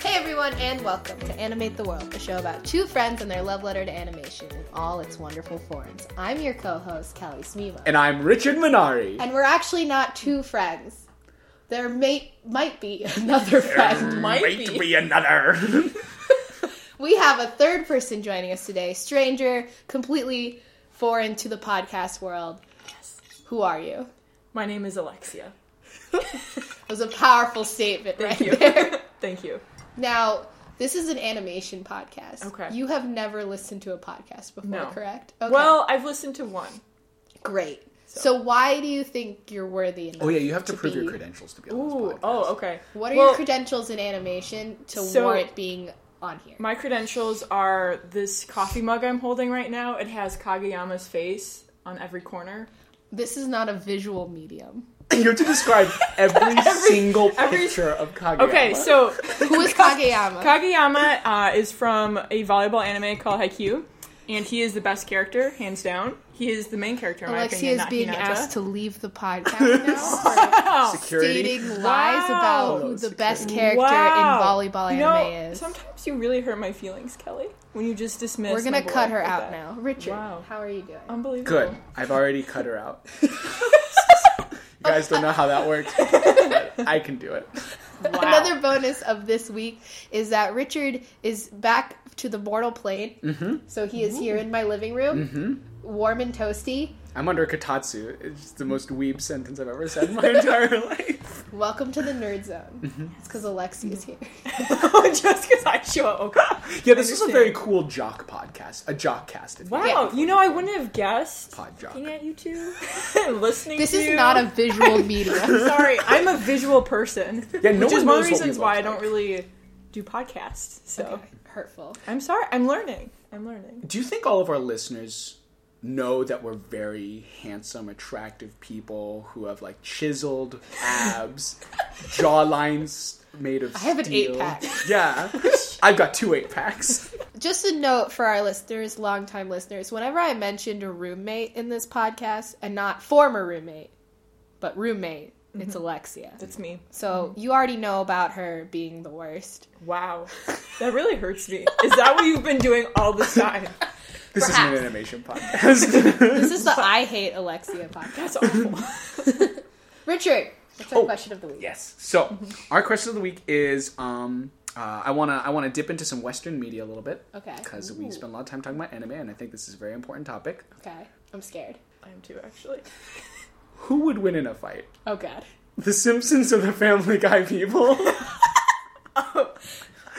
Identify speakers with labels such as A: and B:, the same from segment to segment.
A: Hey everyone, and welcome to Animate the World, a show about two friends and their love letter to animation in all its wonderful forms. I'm your co-host Kelly Smeeva,
B: And I'm Richard Minari.
A: and we're actually not two friends. There may might be another friend.
C: might
B: Wait
C: be.
B: to be another.
A: We have a third person joining us today, stranger, completely foreign to the podcast world. Who are you?
C: My name is Alexia.
A: That was a powerful statement right
C: Thank you.
A: there.
C: Thank you.
A: Now, this is an animation podcast.
C: Okay.
A: You have never listened to a podcast before,
C: No.
A: correct? Okay.
C: Well, I've listened to one.
A: Great. So, why do you think you're worthy enough?
B: oh yeah, you have to, prove
A: be-
B: your credentials to be on this
C: Ooh.
B: podcast.
C: Oh, okay.
A: What are
C: Well,
A: your credentials in animation to
C: So-
A: warrant being on here?
C: My credentials are this coffee mug I'm holding right now. It has Kageyama's face on every corner.
A: This is not a visual medium.
B: You have to describe every, single
C: oh. every-
B: picture of Kageyama.
C: Okay, so
A: Who is Kageyama?
C: Kageyama uh, is from a volleyball anime called Haikyuu, and he is the best character, hands down. He is the main character, in my
A: Alexia
C: opinion,
A: is
C: not
A: being
C: Hinata.
A: asked to leave the podcast now. for
B: security.
A: Stating lies about who the best character in volleyball anime
C: You know,
A: is.
C: Sometimes you really hurt my feelings, Kelly, when you just dismiss.
A: We're gonna
C: my boy
A: cut her
C: like
A: out
C: that.
A: now. Richard,
C: Wow. Um,
A: how are you doing?
C: Unbelievable.
B: Good. I've already cut her out. you guys don't know how that works. but I can do it.
C: Wow.
A: Another bonus of this week is that Richard is back to the mortal plane.
B: Mm-hmm.
A: So he is here in my living room, warm and toasty.
B: I'm under katatsu. It's just the most weeb sentence I've ever said in my entire life.
A: Welcome to the nerd zone.
B: Mm-hmm.
A: It's because Alexi is here.
C: just because I show up. Okay.
B: Yeah, this is a
C: Understand.
B: very cool jock podcast. A jock cast. if you
C: Wow.
A: Yeah.
C: You know, I wouldn't have guessed.
B: Pod jock.
C: Looking at you two, and listening.
A: This
C: to
A: is
C: you.
A: not a visual medium.
C: Sorry, I'm a visual person.
B: Yeah, no one
C: which is one of
B: knows
C: the
B: what we
C: reasons why
B: look
C: I don't
B: like.
C: really do podcasts. So
A: Hurtful.
C: I'm sorry. I'm learning. I'm learning.
B: Do you think all of our listeners know that we're very handsome, attractive people who have like chiseled abs, jawlines made of
A: I have an
B: steel?
A: eight-pack.
B: Yeah. I've got two eight packs.
A: Just a note for our listeners, longtime listeners. Whenever I mentioned a roommate in this podcast, and not former roommate, but roommate, it's Alexia.
C: That's me.
A: So you already know about her being the worst.
C: Wow. That really hurts me. Is that what you've been doing all this time?
B: This
A: Perhaps.
B: isn't an animation podcast.
A: This is the I hate Alexia podcast.
C: That's awful.
A: Richard, what's our
B: Oh,
A: question of the week?
B: yes. So
A: Mm-hmm.
B: our question of the week is um uh, I wanna I wanna dip into some Western media a little bit.
A: Okay.
B: Because we spend a lot of time talking about anime and I think this is a very important topic.
A: Okay, I'm scared.
C: I am too, actually.
B: Who would win in a fight?
A: Oh god,
B: The Simpsons or the Family Guy people?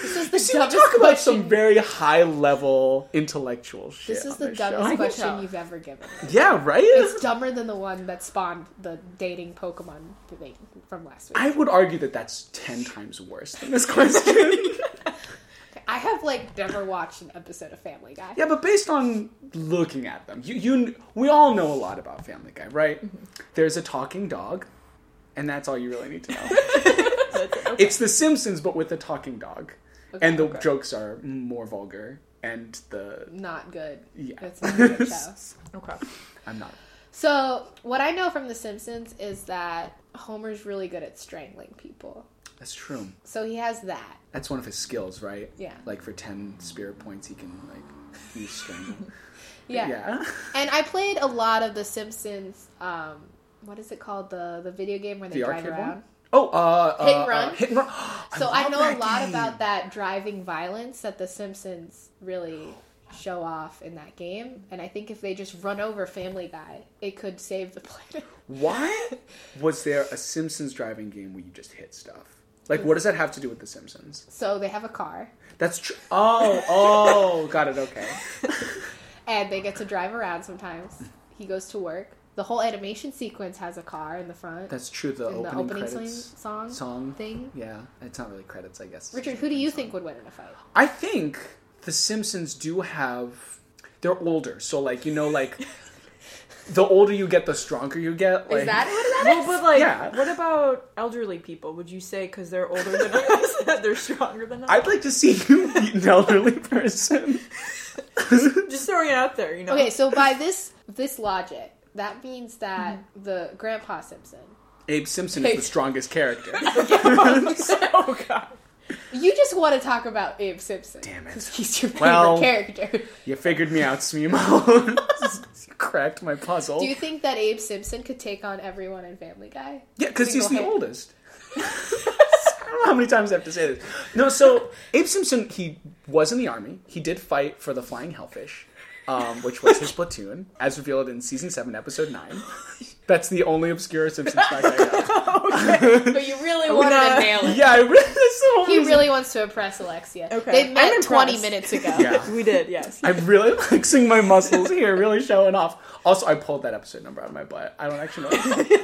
A: this is the
B: See, we
A: dumbest
B: talk about
A: question.
B: some very high level intellectual shit.
A: this is
B: on
A: the
B: this
A: dumbest
B: show.
A: question
C: so.
A: you've ever given.
B: Yeah, right?
A: It's dumber than the one that spawned the dating Pokemon debate from last week.
B: I would argue that that's 10 times worse than this question.
A: I have like never watched an episode of Family Guy.
B: yeah, but based on looking at them, you, you we all know a lot about Family Guy, right?
A: Mm-hmm.
B: There's a talking dog, and that's all you really need to know.
C: That's- okay.
B: it's The Simpsons, but with a talking dog. and the jokes are more vulgar, and the.
A: Not good.
B: Yeah.
A: That's not a good show.
C: okay.
B: I'm not.
A: So what I know from The Simpsons is that Homer's really good at strangling people.
B: That's true.
A: So he has that.
B: That's one of his skills, right?
A: Yeah.
B: Like for 10 spirit points, he can, like, use strangle. yeah.
A: And I played a lot of The Simpsons. Um, what is it called? The the video game where they
B: The
A: drive
B: arcade
A: around.
B: one? Oh, uh,
A: Hit
B: uh,
A: and Run?
B: uh, hit and run.
A: So I,
B: love
A: know
B: that
A: a lot
B: game.
A: about that driving violence that The Simpsons really show off in that game. And I think if they just run over Family Guy, it could save the planet.
B: Why was there a Simpsons driving game where you just hit stuff? Like, what does that have to do with The Simpsons?
A: So they have a car
B: That's true. Oh, oh, got it. Okay.
A: and they get to drive around sometimes. He goes to work. The whole animation sequence has a car in the front.
B: That's true. The
A: in
B: opening,
A: the opening sling-
B: credits
A: song,
B: song.
A: thing.
B: Yeah, it's not really credits, I guess.
A: Richard, who do you think would win in a fight?
B: I think The Simpsons do have. They're older, so like you know, like the older you get, the stronger you get. Like,
A: is that what that
C: Well,
A: is?
C: but like,
B: Yeah.
C: what about elderly people? Would you say because they're older than us that they're stronger than us?
B: I'd like to see you meet an elderly person.
C: Just throwing it out there, you know.
A: Okay, so by this this logic, that means that the Grandpa Simpson.
B: Abe Simpson is the strongest character.
C: oh god.
A: You just want to talk about Abe Simpson.
B: Damn it.
A: 'cause He's your favorite
B: Well-
A: character.
B: You figured me out, Smemo. You cracked my puzzle.
A: Do you think that Abe Simpson could take on everyone in Family Guy?
B: yeah, because he's the
A: Single-handed.
B: oldest. I don't know how many times I have to say this. No, so Abe Simpson, he was in the army. He did fight for the Flying Hellfish, um, which was his platoon, as revealed in season seven, episode nine. That's the only obscure Simpsons fact I know.
A: But you really
C: wanted
A: wanted
C: to
A: to
C: nail
A: nail it.
B: Oh, Yeah, I read this the whole
A: He
B: reason-
A: really wants to impress Alexia.
C: Okay.
A: They
C: I'm
A: met 20
C: impressed.
A: minutes ago.
B: Yeah.
C: We did, yes.
B: I'm really flexing my muscles here, really showing off. Also, I pulled that episode number out of my butt. I don't actually know.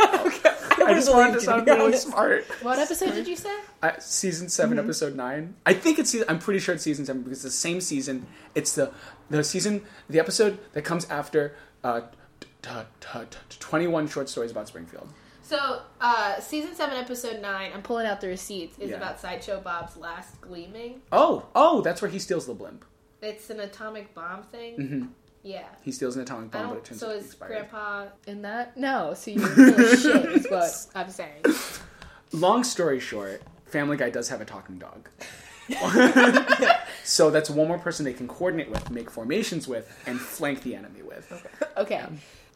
B: I just wanted to sound really smart.
A: What episode did you say?
B: I, season 7
A: Mm-hmm.
B: episode nine. I think it's. season- I'm pretty sure it's season seven because it's the same season. It's the the season, the episode that comes after uh, t- t- t- t- 21 short stories about Springfield.
A: So, uh, season 7, episode 9, I'm pulling out the receipts, is
B: Yeah.
A: about Sideshow Bob's last gleaming.
B: Oh, oh, that's where he steals the blimp.
A: It's an atomic bomb thing. Yeah.
B: He steals an atomic
A: I
B: Mm-hmm. bomb, but it
A: don't,
B: turns
A: Oh, so
B: out it's
A: is
B: expired.
A: Grandpa in that? No, so you're full of shit is what I'm saying.
B: Long story short, Family Guy does have a talking dog. so that's one more person they can coordinate with, make formations with, and flank the enemy with.
A: Okay.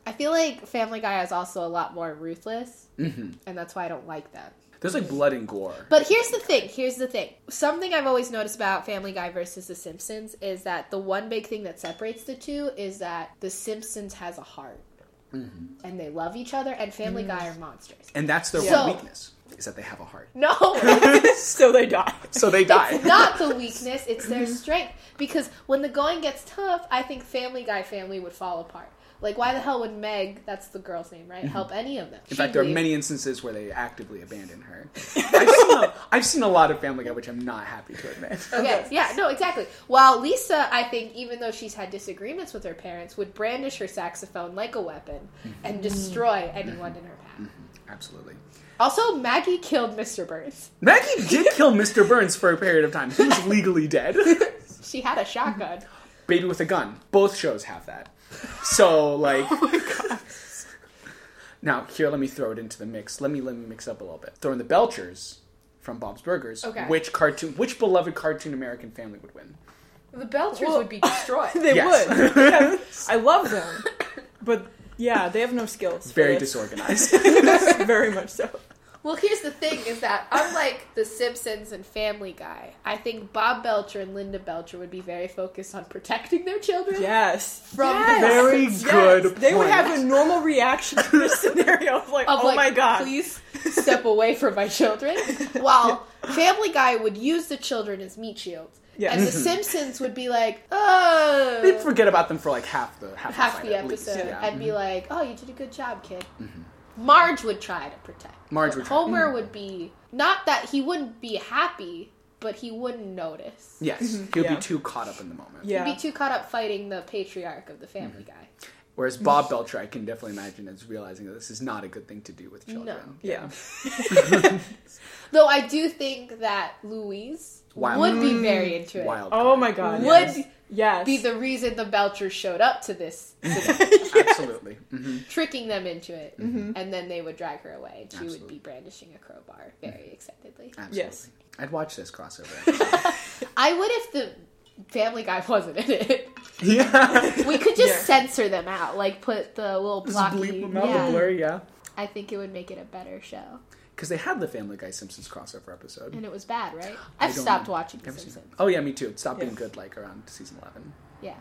A: I feel like Family Guy is also a lot more ruthless,
B: Mm-hmm.
A: and that's why I don't like them.
B: There's like blood and gore.
A: But here's the thing. Here's the thing. Something I've always noticed about Family Guy versus The Simpsons is that the one big thing that separates the two is that The Simpsons has a heart,
B: Mm-hmm.
A: and they love each other. And
B: Mm.
A: Family Guy are monsters.
B: And that's their
A: Yeah.
B: one
A: So-
B: weakness, is that they have a heart.
A: No,
C: so they die.
B: So they die.
A: it's not the weakness. It's their
B: Mm-hmm.
A: strength. Because when the going gets tough, I think Family Guy family would fall apart. Like, why the hell would Meg? That's the girl's name, right? Help any of them?
B: Mm-hmm. In fact, there are
A: She'd leave.
B: many instances where they actively abandon her. I've seen a, I've seen a lot of Family Guy, which I'm not happy to admit.
A: Okay. Yeah. No. Exactly. While Lisa, I think, even though she's had disagreements with her parents, would brandish her saxophone like a weapon and destroy anyone in her path.
B: Absolutely.
A: Also, Maggie killed Mr. Burns.
B: Maggie did kill Mr. Burns for a period of time. He was legally dead.
A: She had a shotgun.
B: Baby with a Gun. Both shows have that. So like. Now here, let me throw it into the mix. Let me let me mix up a little bit. Throw in the Belchers from Bob's Burgers.
A: Okay.
B: Which cartoon? Which beloved cartoon American family would win?
A: The Belchers would be destroyed.
C: They
B: Yes.
C: would. I love them. But yeah, they have no skills. for
B: Very
C: this.
B: disorganized.
C: Very much so.
A: well, here's the thing: is that unlike The Simpsons and Family Guy, I think Bob Belcher and Linda Belcher would be very focused on protecting their children
C: Yes.
A: from
C: Yes.
A: the
B: Very
A: Simpsons.
B: good
C: They would
B: point.
C: have a normal reaction to this scenario of like,
A: of
C: oh
A: like,
C: my god.
A: please step away from my children. While Family Guy would use the children as meat shields,
C: Yeah.
A: and The Simpsons would be like, oh,
B: They'd forget about them for like half the half,
A: half
B: the,
A: the
B: fight, at least.
A: episode,
B: Yeah. Mm-hmm.
A: and be like, oh, you did a good job, kid. Marge would try to protect.
B: Marge
A: But
B: would try.
C: Oh
B: Mm-hmm.
A: Homer would be not that he wouldn't be happy, but he wouldn't notice.
B: Yes, he'll
C: Yeah.
B: be too caught up in the moment.
C: yeah.
A: He'd be too caught up fighting the patriarch of the
B: Mm-hmm.
A: Family Guy.
B: Whereas Bob Belcher, I can definitely imagine, is realizing that this is not a good thing to do with children.
A: No.
C: yeah.
A: Though I do think that Louise
B: Wild.
A: would be very into it.
B: Wild.
C: Oh
B: card.
C: my god.
A: Would
C: yes. Yes.
A: be the reason the Belchers showed up to this,
B: Absolutely. Mhm.
A: tricking them into it, and then they would drag her away, and she would
B: Mm-hmm. Absolutely. Mm-hmm.
A: be brandishing a crowbar very excitedly.
B: Absolutely.
C: Yes.
B: I'd watch this crossover.
A: I would if the Family Guy wasn't in it.
B: yeah.
A: We could just
C: Yeah.
A: censor them out, like put the little blocky. yeah.
B: yeah.
A: I think it would make it a better show,
B: Because they had the Family Guy Simpsons crossover episode.
A: and it was bad, right? I've
B: don't
A: stopped
B: know.
A: watching The
B: Never seen
A: Simpsons.
B: it. Oh yeah, me too. It stopped being
C: Yeah.
B: good like around season eleven.
A: Yeah,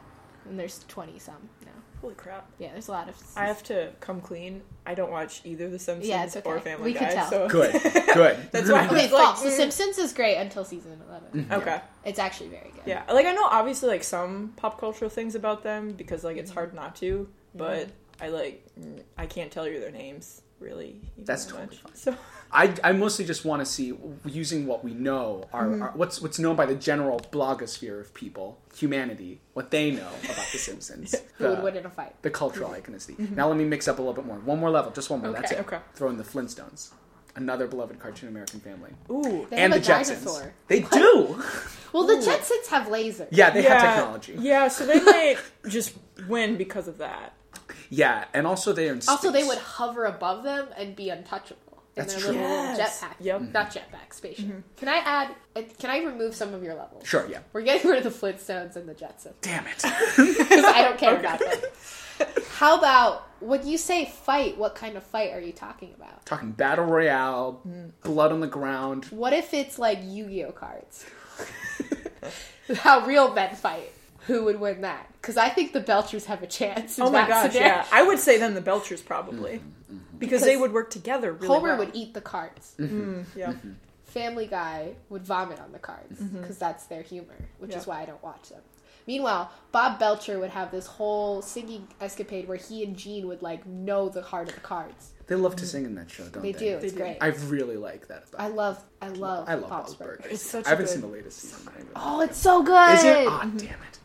A: and there's twenty some now.
C: Holy crap.
A: Yeah, there's a lot of.
C: I have to come clean. I don't watch either The Simpsons
A: Yeah, it's
C: or
A: okay.
C: Family
A: We
C: Guy.
A: could tell.
C: So.
B: Good. Good.
C: That's why I
A: Okay,
C: was like,
A: false.
C: mm.
A: The Simpsons is great until season eleven.
B: Mm-hmm.
C: Okay.
A: It's actually very good.
C: Yeah. Like I know obviously like some pop cultural things
A: Mm-hmm.
C: about them because like it's hard not to, but I like mm, I can't tell you their names. really. even
B: That's
C: that
B: totally
C: much.
B: fine.
C: So
B: I, I mostly just want to see using what we know, our,
A: Mm-hmm.
B: our, what's what's known by the general blogosphere of people, humanity, what they know about The Simpsons,
A: Who would Mm-hmm.
B: the,
A: win in a fight?
B: the cultural iconicity. Now let me mix up a little bit more. One more level, just one more.
C: Okay,
B: That's it.
C: okay.
B: Throw in the Flintstones, another beloved cartoon American family,
C: ooh,
A: They
B: and the
A: have a
B: Jetsons.
A: dinosaur.
B: They do.
A: Well, the Jetsons have lasers.
B: Yeah, they
C: yeah,
B: have technology.
C: Yeah, so they might just win because of that.
B: Yeah, and also they are in space.
A: Also, they would hover above them and be untouchable in
B: That's
A: their
B: true. Mm-hmm.
A: little
C: Yes.
A: jetpack.
C: Yep. Mm-hmm.
A: Not jetpack, spaceship. Can I add? and Can I remove some of your levels?
B: Sure. Yeah.
A: We're getting rid of the Flintstones and the Jetsons
B: Damn it.
A: because I don't care about them. How about when you say fight? What kind of fight are you talking about?
B: Talking battle royale,
A: Mm.
B: blood on the ground.
A: What if it's like Yu-Gi-Oh cards? How real men fight? Who would win that? Because I think the Belchers have a chance. in
C: Oh my
A: that
C: gosh,
A: scenario.
C: yeah. I would say then the Belchers probably.
B: Mm-hmm,
C: Because they would work together really
A: Homer
C: well.
A: would eat the cards.
B: Mm-hmm.
C: Mm, Yeah. Mm-hmm.
A: Family Guy would vomit on the cards because that's their humor, which is
C: Yeah.
A: why I don't watch them. Meanwhile, Bob Belcher would have this whole singing escapade where he and Gene would like know the heart of the cards.
B: They love to sing in that show,
A: Mm.
B: don't
A: They
B: they?
A: do.
C: They
A: It's
C: do.
A: great.
B: Oh, I really like that. About
A: I love, I love,
B: I
A: Bob's
B: love Bob's
A: Burgers.
B: Burgers.
C: It's such
B: I
C: a
B: haven't
C: good-
B: seen the latest season. I really
A: Oh,
B: like
A: it's so good.
B: it. is it? Ah, damn it.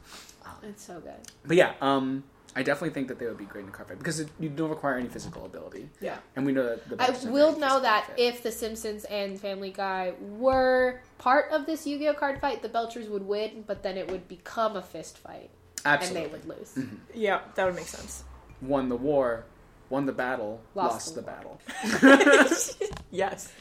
A: It's so good.
B: But yeah, um, I definitely think that they would be great in a car fight because it, you don't require any physical ability.
C: Yeah.
B: And we know that the
A: I
B: Bucks are
A: will
B: very
A: know
B: physically
A: that
B: fit.
A: if The Simpsons and Family Guy were part of this Yu-Gi-Oh card fight, the Belchers would win, but then it would become a fist fight,
B: absolutely Mm-hmm.
A: and they would lose.
C: Yeah, that would make sense.
B: won the war, won the battle,
A: Lost
B: lost,
A: the
B: the,
A: war.
B: battle.
C: Yes.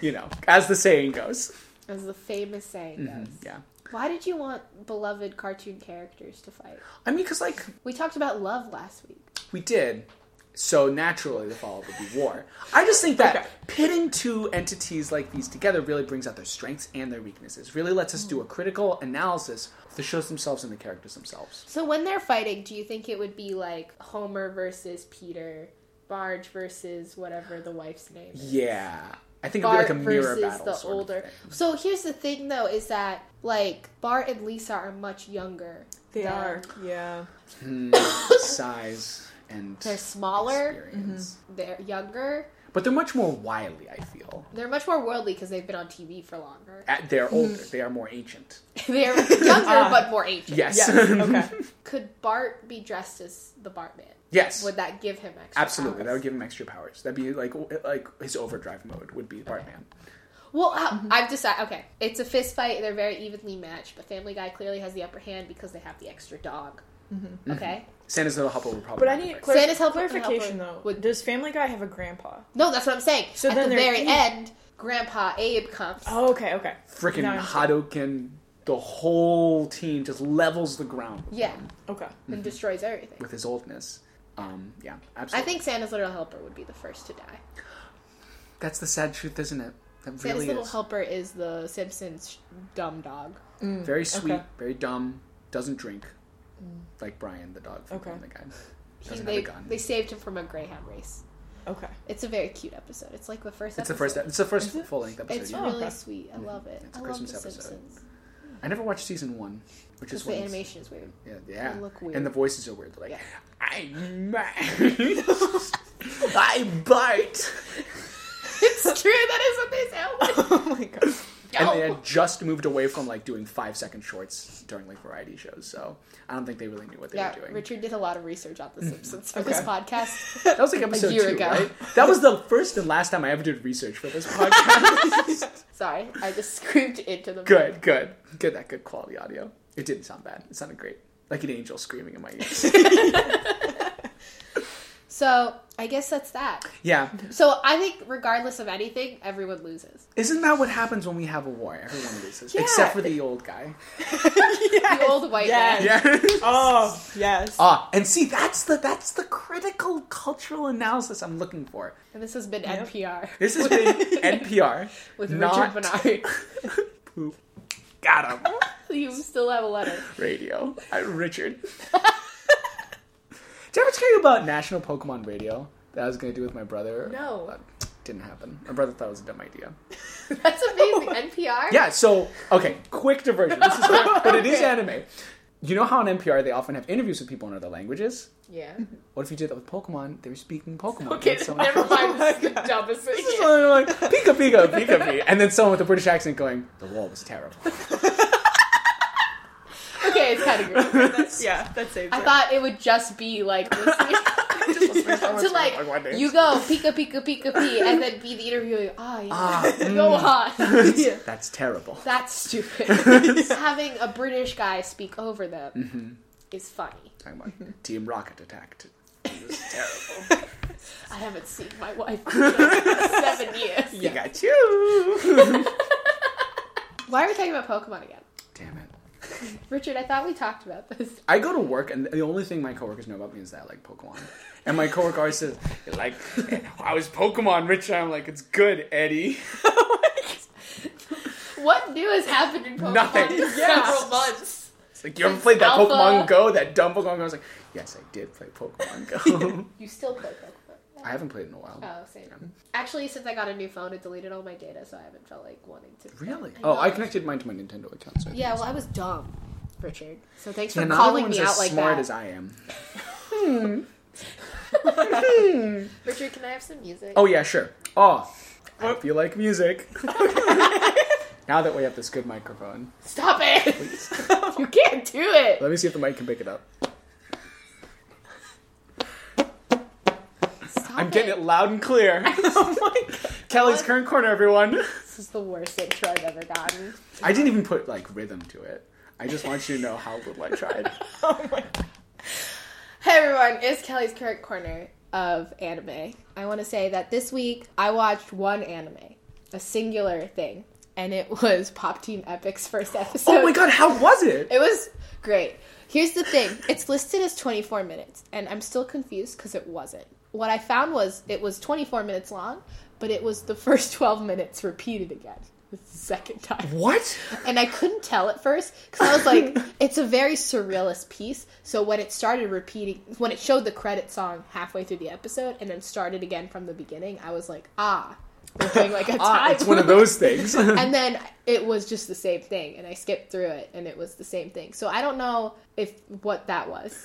B: You know, as the saying goes.
A: As the famous saying goes.
B: Yeah.
A: Why did you want beloved cartoon characters to fight?
B: I mean, because like
A: We talked about love last week.
B: we did. So naturally, the follow-up would be war. I just think that
C: Okay.
B: pitting two entities like these together really brings out their strengths and their weaknesses. Really lets us do a critical analysis of the shows themselves and the characters themselves.
A: So when they're fighting, do you think it would be like Homer versus Peter, Barge versus whatever the wife's name is?
B: Yeah, I think
A: Bart
B: it'd be like a mirror
A: versus
B: battle.
A: the
B: sort of
A: older.
B: thing.
A: So here's the thing though is that like Bart and Lisa are much younger.
C: They
A: than-
C: are. Yeah.
B: Hmm. size and
A: They're smaller,
B: experience.
A: they're younger,
B: but they're much more wily. I feel
A: they're much more worldly because they've been on TV for longer.
B: At- they're older. They are more ancient.
A: they're
C: Ah.
A: younger but more ancient.
B: Yes.
C: Yes. Okay.
A: Could Bart be dressed as the Bartman?
B: yes.
A: Would that give him extra?
B: Absolutely,
A: powers?
B: that would give him extra powers. That'd be like like his overdrive mode would be Bartman.
A: Well, I- I've decided. Okay, it's a fist fight. They're very evenly matched, but Family Guy clearly has the upper hand because they have the extra dog.
C: Mm-hmm.
A: Okay,
B: Santa's little helper would probably.
C: But I
B: not
C: need
B: break.
C: clar-
A: Santa's helper and
C: clarification
A: helper
C: though.
A: would-
C: Does Family Guy have a grandpa?
A: no, that's what I'm saying.
C: So
A: At
C: then
A: the
C: they're
A: very
C: even.
A: end, Grandpa Abe comes.
C: Oh, okay, okay.
B: freaking
C: Now I'm-
B: Hadouken. The whole team just levels the ground
A: Yeah,
C: Okay.
A: and destroys everything.
B: Mm-hmm. with his oldness. Um, yeah,
A: I
B: absolutely.
A: think Santa's little helper would be the first to die.
B: that's the sad truth, isn't it? That
A: Santa's
B: really
A: little
B: is
A: helper is the Simpsons sh- dumb dog.
B: very sweet,
C: okay.
B: very dumb, doesn't drink, like Brian the dog from
C: Okay.
B: Family Guy.
A: Mm. He,
B: Doesn't have a
A: they,
B: gun.
A: they saved him from a greyhound race.
C: Okay.
A: It's a very cute episode. It's like the first.
B: It's the
A: episode.
B: first. It's the first
C: Is it?
B: full length episode.
A: It's
B: yeah.
C: Oh,
A: really
C: okay.
A: sweet. I love it.
B: It's a
A: I love
B: Christmas
A: The
B: episode.
A: Simpsons
B: I never watched season one, which
A: because
B: is
A: the
B: when it's-
A: animation is weird.
B: Yeah, yeah.
A: They look weird.
B: And the voices are weird. They're like,
A: Yeah.
B: I'm mad. I bite.
A: it's true. That is what they sound.
C: oh my god.
B: And they had just moved away from like doing five second shorts during like variety shows, so I don't think they really knew what they
A: Yeah,
B: were doing.
A: Richard did a lot of research on The Simpsons for this
C: Okay.
A: podcast.
B: that was like episode
A: year
B: two,
A: ago.
B: right? That was the first and last time I ever did research for this podcast.
A: Sorry, I just screamed into the mic.
B: good, good, good. That good quality audio. It didn't sound bad. It sounded great, like an angel screaming in my ears.
A: So I guess that's that.
B: yeah,
A: So I think regardless of anything, everyone loses.
B: isn't that what happens when we have a war? Everyone loses,
C: Yeah.
B: except for the old guy.
A: The old white
C: Yes.
A: man.
B: Yeah.
C: Oh, yes.
B: Ah, and see, that's the that's the critical cultural analysis I'm looking for.
A: And this has been
C: Yep.
A: NPR
B: This has been NPR
A: with
B: Not-
A: Richard Bernard.
B: Poop. Got him.
A: you still have a letter.
B: Radio. I, Richard. Did I ever tell you about National Pokemon Radio that I was going to do with my brother?
A: No.
B: Uh, didn't happen. My brother thought it was a dumb idea.
A: That's amazing. NPR.
B: Yeah, so, okay, quick diversion. This is quick, but it is anime. You know how on NPR they often have interviews with people in other languages?
A: Yeah.
B: What if you did that with Pokemon? They were speaking Pokemon.
A: Okay,
B: And someone-
A: never mind. This is the dumbest thing.
B: This is one of them, like, Pika Pika Pika Pika. And then someone with a British accent going, the wall was terrible.
A: Okay, it's kind of gross.
C: That's, yeah, that saves
A: I
C: it.
A: thought it would just be like listening to like
B: Like, what
A: you go pika pika pika pee and then be the interviewer. Ah, yeah.
B: Ah, mm.
A: go on.
C: Yeah.
B: that's terrible.
A: That's stupid. Having a British guy speak over them
B: Mm-hmm.
A: is funny.
B: Talking about Team Rocket attacked. It was terrible.
A: I haven't seen my wife in seven years.
B: You got you.
A: Why are we talking about Pokemon again?
B: Damn it.
A: Richard, I thought we talked about this.
B: I go to work, and the only thing my coworkers know about me is that I like Pokemon. And my coworker always says, "Like, I was Pokemon, Rich." And I'm like, "It's good, Eddie."
A: What new has happened in Pokemon
B: Nothing.
A: in several months?
B: It's like you ever played that
A: Alpha.
B: Pokemon Go, that dumb Pokemon Go? I was like, "Yes, I did play Pokemon Go."
A: You still play Pokemon.
B: I haven't played in a while.
A: Oh, same. Actually, since I got a new phone, it deleted all my data, so I haven't felt like wanting to.
B: Really?
A: I
B: Oh,
A: know.
B: I connected mine to my Nintendo account. So I
A: Yeah,
B: think
A: well, I was dumb, Richard. So thanks
B: it's-
A: for
B: Yeah, neither
A: calling
B: one's
A: me
B: as
A: out like
B: smart
A: that.
B: as I am.
A: Richard, can I have some music?
B: Oh yeah, sure. Oh, I hope you like music. now that we have this good microphone,
A: Stop it! you can't do it.
B: let me see if the mic can pick it up.
A: Stop
B: I'm getting it loud and clear.
C: Oh
B: Kelly's current corner, everyone.
A: This is the worst intro I've ever gotten.
B: I didn't even put like rhythm to it. I just want you to know how little I tried.
C: Oh my
A: Hey everyone, it's Kelly's current corner of anime. I want to say that this week I watched one anime, a singular thing, and it was Pop Team Epic's first episode.
B: oh my god, how was it?
A: It was great. Here's the thing it's listed as 24 minutes, and I'm still confused because it wasn't. What I found was it was 24 minutes long, but it was the first 12 minutes repeated again. It's the second time
B: What?
A: and I couldn't tell at first because I was like, it's a very surrealist piece. So when it started repeating, when it showed the credit song halfway through the episode and then started again from the beginning, I was like, ah, we're doing like a
B: Ah,
A: time.
B: it's one of those things.
A: and then it was just the same thing, and I skipped through it, and it was the same thing. So I don't know if what that was,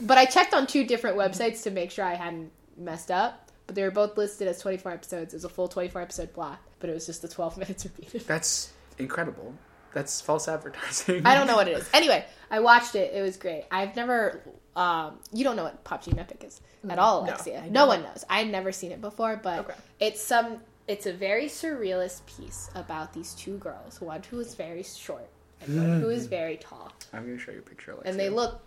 A: but I checked on two different websites to make sure I hadn't messed up. But they were both listed as 24 episodes. It was a full 24 episode block, but it was just the 12 minutes repeated.
B: That's incredible. That's false advertising.
A: I don't know what it is. Anyway, I watched it. It was great. I've never. Um, you don't know what Pop Team Epic is at all,
C: No,
A: Alexia.
C: I
A: No, one knows. I'd never seen it before, but
C: Okay.
A: it's some. It's a very surrealist piece about these two girls. One who is very short and one who is
C: Mm.
A: very tall,
B: I'm gonna show you a picture. Like
A: and they look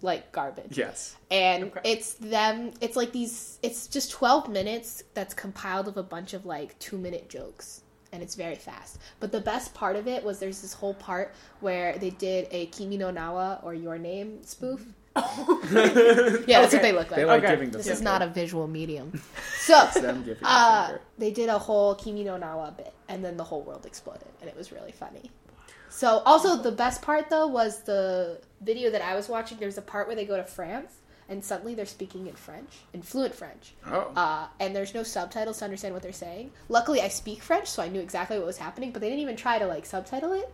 A: like garbage.
B: Yes.
A: And
C: Okay.
A: it's them. It's like these. It's just twelve minutes that's compiled of a bunch of like two minute jokes, and it's very fast. But the best part of it was there's this whole part where they did a Kimi no Nawa or Your Name spoof. yeah, that's what
C: Okay.
A: they look like.
B: They like
C: Okay.
B: giving the
A: this is
B: finger.
A: not a visual medium. So
B: Them giving the
A: uh,
B: finger.
A: they did a whole Kimi no Nawa bit, and then the whole world exploded, and it was really funny. So, also the best part though was the video that I was watching. There's a part where they go to France, and suddenly they're speaking in French, in fluent French,
B: Oh.
A: uh, and there's no subtitles to understand what they're saying. Luckily, I speak French, so I knew exactly what was happening, but they didn't even try to like subtitle it.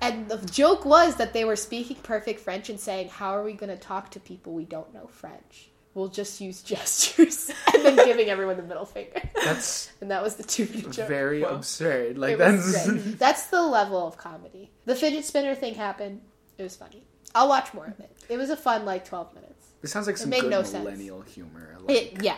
A: And the joke was that they were speaking perfect French and saying, "How are we going to talk to people we don't know French? We'll just use gestures," and then giving everyone the middle finger.
B: that's
A: And that was the two minute joke.
B: very
C: Well,
B: absurd.
A: It
B: Like
A: was
B: that's
A: sick. That's the level of comedy. The fidget spinner thing happened. It was funny. I'll watch more of it. It was a fun like twelve minutes.
B: This sounds like some
A: made
B: good
A: no sense.
B: millennial humor. I like-
A: It, yeah,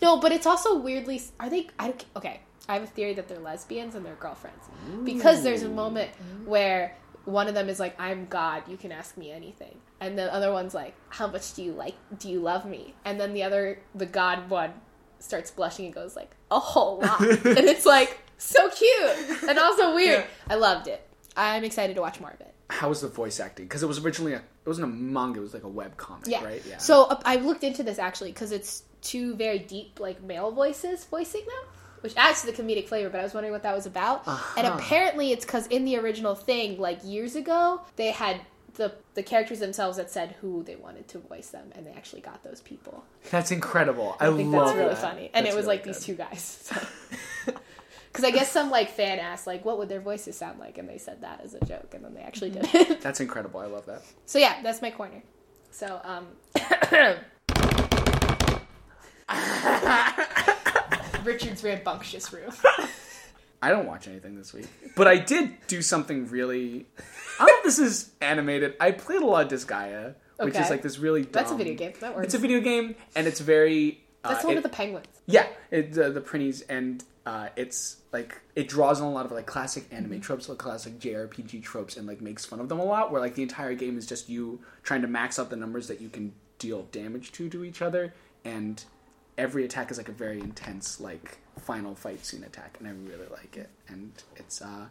A: no, but it's also weirdly. Are they? I don't, okay, I have a theory that they're lesbians and they're girlfriends because there's a moment where one of them is like, "I'm God, you can ask me anything," and the other one's like, "How much do you like? Do you love me?" And then the other, the God one, starts blushing and goes like, "A whole lot," and it's like so cute and also weird.
C: Yeah.
A: I loved it. I'm excited to watch more of it.
B: How was the voice acting? Because it was originally a, it wasn't a manga. It was like a web comic,
A: Yeah.
B: right? Yeah.
A: So uh, I looked into this actually because it's two very deep, like male voices voicing them, which adds to the comedic flavor. But I was wondering what that was about. And
B: Uh-huh.
A: apparently, it's because in the original thing, like years ago, they had the the characters themselves that said who they wanted to voice them, and they actually got those people.
B: that's incredible. I,
A: I think
B: love
A: that's really
B: that.
A: funny. And
B: That's
A: it was
B: really
A: like these
B: good.
A: two guys. So. Because I guess some like fan asked like, what would their voices sound like, and they said that as a joke, and then they actually did
B: Mm-hmm.
A: it.
B: That's incredible. I love that.
A: so yeah, that's my corner. So um, Richard's rambunctious room.
B: I don't watch anything this week, but I did do something really. I don't know if this is animated. I played a lot of Disgaea, which
A: Okay.
B: is like this really. Dumb,
A: That's a video game. That works.
B: Um, It's a video game, and it's very. uh,
A: that's the one
B: it-
A: with the penguins.
B: Yeah, it, uh, the printies and uh, it's like it draws on a lot of like classic anime
A: Mm-hmm.
B: tropes, like classic JRPG tropes, and like makes fun of them a lot. Where like the entire game is just you trying to max out the numbers that you can deal damage to to each other, and every attack is like a very intense like final fight scene attack, and I really like it. And it's uh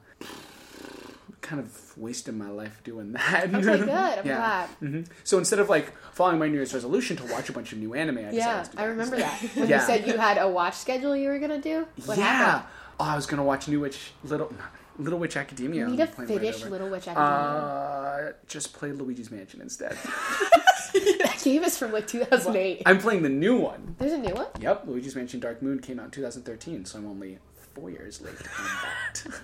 B: kind of wasting my life doing that.
A: Okay, good. I'm glad.
B: hmm So instead of like following my New Year's resolution to watch a bunch of new anime, I
A: Yeah,
B: decided to do
A: I
B: that
A: remember that. When
B: Yeah.
A: you said you had a watch schedule you were gonna do, what
B: yeah.
A: happened?
B: Oh, I was gonna watch New Witch Little Little Witch Academia.
A: You need
B: I'm
A: to
B: playing right
A: finish
B: over.
A: Little Witch Academia.
B: Uh, just play Luigi's Mansion instead.
A: that game is from like 2008.
B: I'm playing the new one.
A: There's a new one.
B: Yep, Luigi's Mansion Dark Moon came out in 2013, so I'm only four years late on that.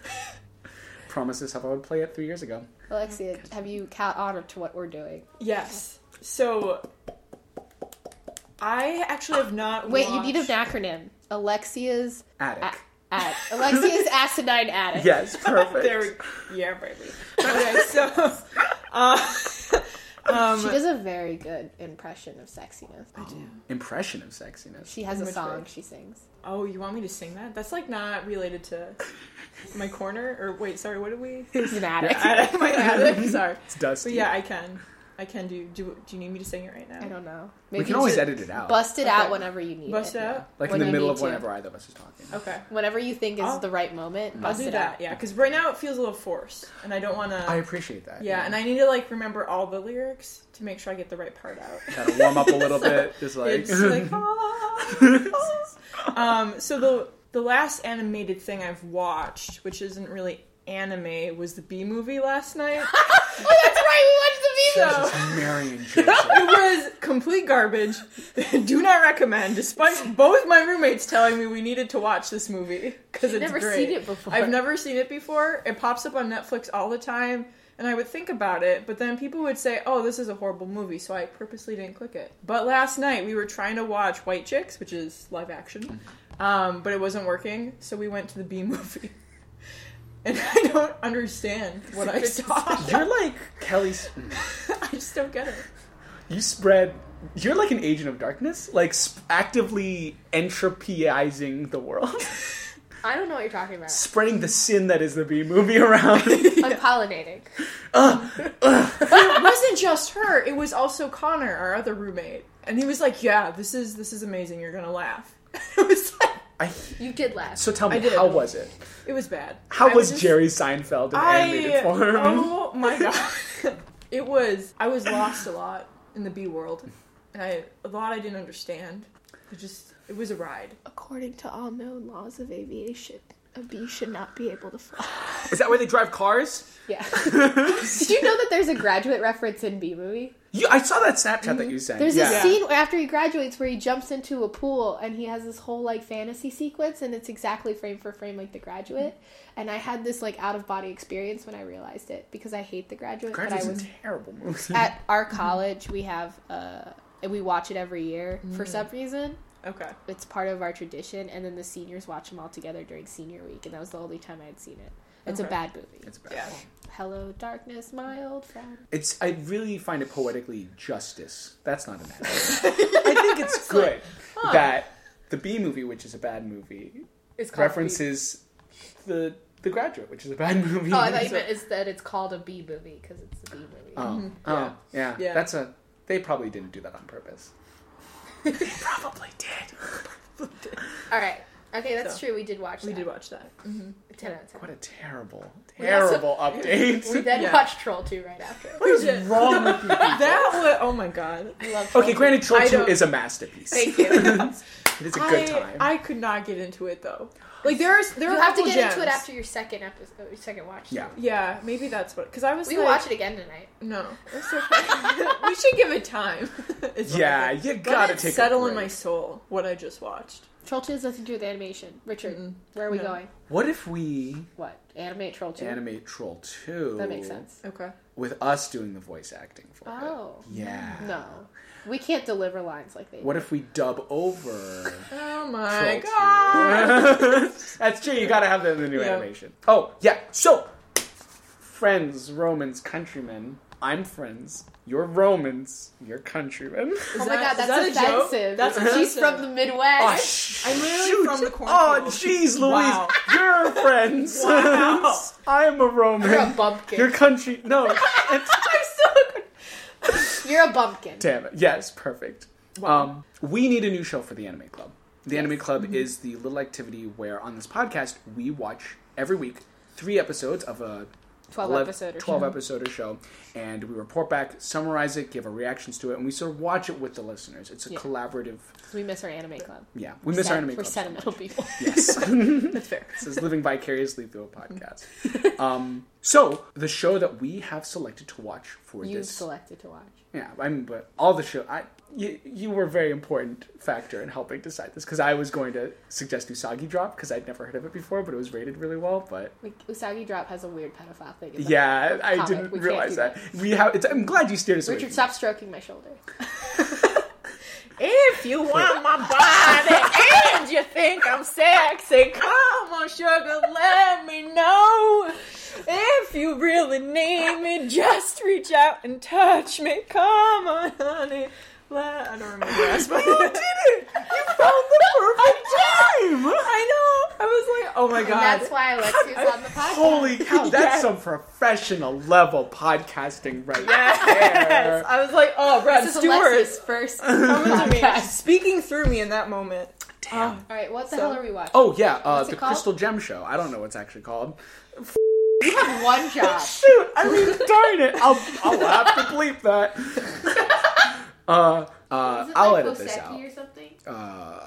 B: Promised yourself I would play it three years ago.
A: Alexia, have you caught on to what we're doing?
C: Yes. So I actually have not.
A: Wait, you
C: watched...
A: need an acronym. Alexia's
B: Attic.
A: a- at Alexia's acidine addict.
B: Yes, perfect.
C: There we Yeah, baby. Okay, so uh, um,
A: She does a very good impression of sexiness.
B: Impression of sexiness.
A: She has a
C: Which
A: song
C: way?
A: she sings.
C: Oh, you want me to sing that? That's like not related to my corner. Or wait, sorry, what did we?
A: She's an addict.
C: Attic, my attic. Sorry.
B: It's dusty.
C: But yeah, I can. I can do. Do Do you need me to sing it right now?
A: I don't know.
B: we can
A: you
B: always
A: just
B: edit it out.
A: Bust it out
C: Okay.
A: whenever you need
C: Bust
A: it.
C: it
B: Yeah.
C: out.
B: Like
A: When
B: in the
A: you
B: middle
A: need
B: of
A: to.
B: whenever either of us is talking.
C: Okay.
A: Whenever you think is
C: I'll-
A: the right moment,
C: I'll
A: bust
C: do
A: it
C: that.
A: out.
C: Yeah, because right now it feels a little forced, and I don't want
B: I
C: to.
B: appreciate that.
C: Yeah, and I need to like remember all the lyrics to make sure I get the right part out.
B: gotta warm up a little bit. Just like,
C: It's like ah, ah. um so the the last animated thing I've watched, which isn't really anime, was the B movie last night.
A: Oh, that's right. We watched the video.
C: So
B: Mary and Jason.
C: it was complete garbage. Do not recommend, despite both my roommates telling me we needed to watch this movie because it's
A: never
C: great.
A: seen it before.
C: I've never seen it before. It pops up on Netflix all the time, and I would think about it, but then people would say, "Oh, this is a horrible movie," so I purposely didn't click it. But last night we were trying to watch White Chicks, which is live action, um, but it wasn't working, so we went to the B movie. And I don't understand what I saw.
B: You're like Kelly. S-
C: I just don't get it.
B: You spread. You're like an agent of darkness, like sp- actively entropyizing the world,
A: I don't know what you're talking about.
B: spreading the sin that is the B movie around.
A: I'm pollinating.
C: it wasn't just her it was also connor our other roommate and he was like yeah this is this is amazing you're gonna laugh it was like
B: I,
A: You did laugh.
B: so tell
C: I
B: me,
C: did.
B: how was it?
C: it was bad
B: How
C: I
B: was
C: just-
B: Jerry Seinfeld in
C: I,
B: animated form?
C: oh my god it was i was lost a lot in the b world and i a lot i didn't understand it just it was a ride
D: According to all known laws of aviation, a bee should not be able to fly.
B: Is that where they drive cars?
A: yeah. did you know that there's a graduate reference in B movie?
B: You, I saw that Snapchat that you sent.
A: There's
B: yeah.
A: a scene where after he graduates where he jumps into a pool and he has this whole like fantasy sequence and it's exactly frame for frame like The Graduate. And I had this like out of body experience when I realized it because I hate The Graduate,
B: Graduate's
A: but I was
B: a terrible movie.
A: at our
B: Mm-hmm.
A: college we have uh and we watch it every year for some reason.
C: okay
A: It's part of our tradition and then the seniors watch them all together during senior week and that was the only time I had seen it. It's a
C: Okay.
A: bad movie.
B: it's bad.
C: yeah
A: Hello darkness, my old friend.
B: It's. I really find it poetically justice. That's not an adjective. I think it's good that the B movie, which is a bad movie,
A: It's called
B: references the the Graduate, which is a bad movie.
A: Oh, I thought you meant Mm-hmm. it's that it's called a B movie because it's a B movie.
B: Oh, oh,
C: Yeah.
B: yeah.
C: Yeah.
B: That's a. They probably didn't do that on purpose. probably did.
A: All right. Okay, that's
C: So,
A: true. We did watch.
C: we
A: that.
C: did watch that
A: ten out of ten.
B: What a terrible,
A: We also-
B: terrible update.
A: We then
C: Yeah.
A: watched Troll Two right after.
B: what is wrong with you? people?
C: that was oh my god
A: We love Troll
B: Okay,
A: 2.
B: granted, Troll
C: I
B: 2
C: don't-
B: is a masterpiece.
A: Thank you.
B: It is a good
C: I-
B: time.
C: I, could not get into it though like there's there
A: you
C: are
A: have to
C: couple
A: get into it
C: gems.
A: after your second episode, your second watch.
B: yeah.
C: Yeah, maybe that's what. Because I was
A: We
C: like,
A: will watch it again tonight.
C: No, it's okay. we should give it time. is what I
B: Yeah,
C: think.
B: you
C: Let
B: gotta
C: it
B: take a
C: settle in
B: break.
C: my soul what I just watched.
A: Troll 2 has nothing to do with animation. Richard, where are we
C: No.
A: going?
B: What if we
A: What? Animate Troll 2?
B: animate Troll 2?
A: That makes sense.
C: Okay.
B: With us doing the voice acting for it.
A: Oh.
B: Yeah.
A: No. We can't deliver lines like they
B: What
A: do.
B: if we dub over?
C: Oh
B: Troll
C: my god.
B: two? That's true. You gotta have that in the new
C: Yeah.
B: animation. Oh yeah. So, friends, Romans, countrymen. I'm friends. You're Romans. You're countrymen.
A: Oh
C: Is
A: my
C: that-
A: god,
C: is
A: that's
C: that a joke?
A: offensive.
B: Uh-huh.
C: That's
A: She's
C: offensive.
A: from the Midwest.
B: sh-
C: I'm literally from the
B: Oh,
C: cornfield.
B: jeez, Louise.
C: Wow.
B: You're friends.
C: Wow.
B: I'm a
C: Oh,
B: Roman.
A: You're a bumpkin.
B: Your country. No.
C: I'm so
A: You're a bumpkin.
B: Damn it. Yes, perfect.
C: Wow.
B: Um, we need a new show for the Anime Club. The Anime Club
A: Mm-hmm.
B: is the little activity where on this podcast we watch every week three episodes of a
A: 12
B: 11
A: episode or
B: 12 episode or show, and we report back, summarize it, give our reactions to it, and we sort of watch it with the listeners. It's a
A: Yeah.
B: collaborative.
A: We miss our anime club.
B: Yeah, we miss our
A: Sad-
B: Anime
A: We're
B: Club.
A: sentimental people.
B: Yes.
C: That's fair.
B: This is living vicariously through a podcast. um, so the show that we have selected to watch for
A: You've
B: this,
A: selected to watch.
B: yeah, I mean, but all the show, I you, you were a very important factor in helping decide this because I was going to suggest Usagi Drop because I'd never heard of it before, but it was rated really well. But
A: Like, Usagi Drop has a weird pedophile thing. in the-
B: yeah, I
A: Comic,
B: didn't
A: we can't
B: realize
A: do
B: that. We have. It's, I'm glad you steered us away.
A: Richard,
B: from
A: stop stroking my shoulder.
C: If you want my body and you think I'm sexy, come on, sugar, let me know. If you really need me, just reach out and touch me. Come on, honey. Let- I don't remember the rest, but you did it. You found the perfect time. I know. I was like, oh my god.
A: And that's why Alexia's on the podcast.
B: that. Holy cow, that's
C: Yes.
B: some professional level podcasting right
C: Yes.
B: there.
C: I was like, oh, Brad
A: This is
C: Stewart.
A: Alexia's first
C: coming to me.
A: podcast.
C: Speaking through me in that moment. Oh,
A: All right, what the
C: So-
A: hell are we watching?
B: Oh yeah, uh,
A: What's it
B: the
A: called?
B: Crystal Gem Show. I don't know what's actually called.
A: You have one job.
B: Shoot, I mean, darn it. I'll, I'll have to bleep that. Uh, uh,
A: Is it
B: I'll
A: like
B: edit this
A: Hoseki
B: out.
A: or something?
B: Uh,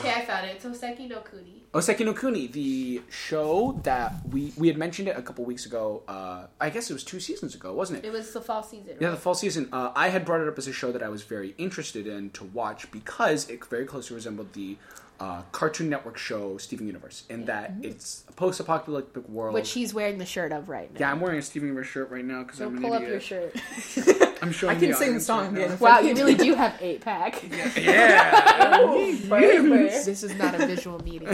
A: Okay, I found it. It's Hoseki no Kuni.
B: Oseki no Kuni, the show that we we had mentioned it a couple weeks ago. Uh, I guess it was two seasons ago, wasn't
A: It
B: it?
A: was the fall season.
B: Yeah,
A: right?
B: the fall season. Uh, I had brought it up as a show that I was very interested in to watch because it very closely resembled the uh, Cartoon Network show Steven Universe in that it's a post-apocalyptic world.
A: Mm-hmm. Which he's wearing the shirt of right now.
B: yeah, I'm wearing a Steven Universe shirt right now because
A: So
B: I'm an
A: pull
B: idiot.
A: up your shirt.
B: I'm
C: I
B: showing.
C: can
B: the
C: sing the
B: audience
C: song
B: right now.
C: again.
A: Wow, you really do have eight pack.
C: Oh,
B: Yeah.
A: This is not a visual medium.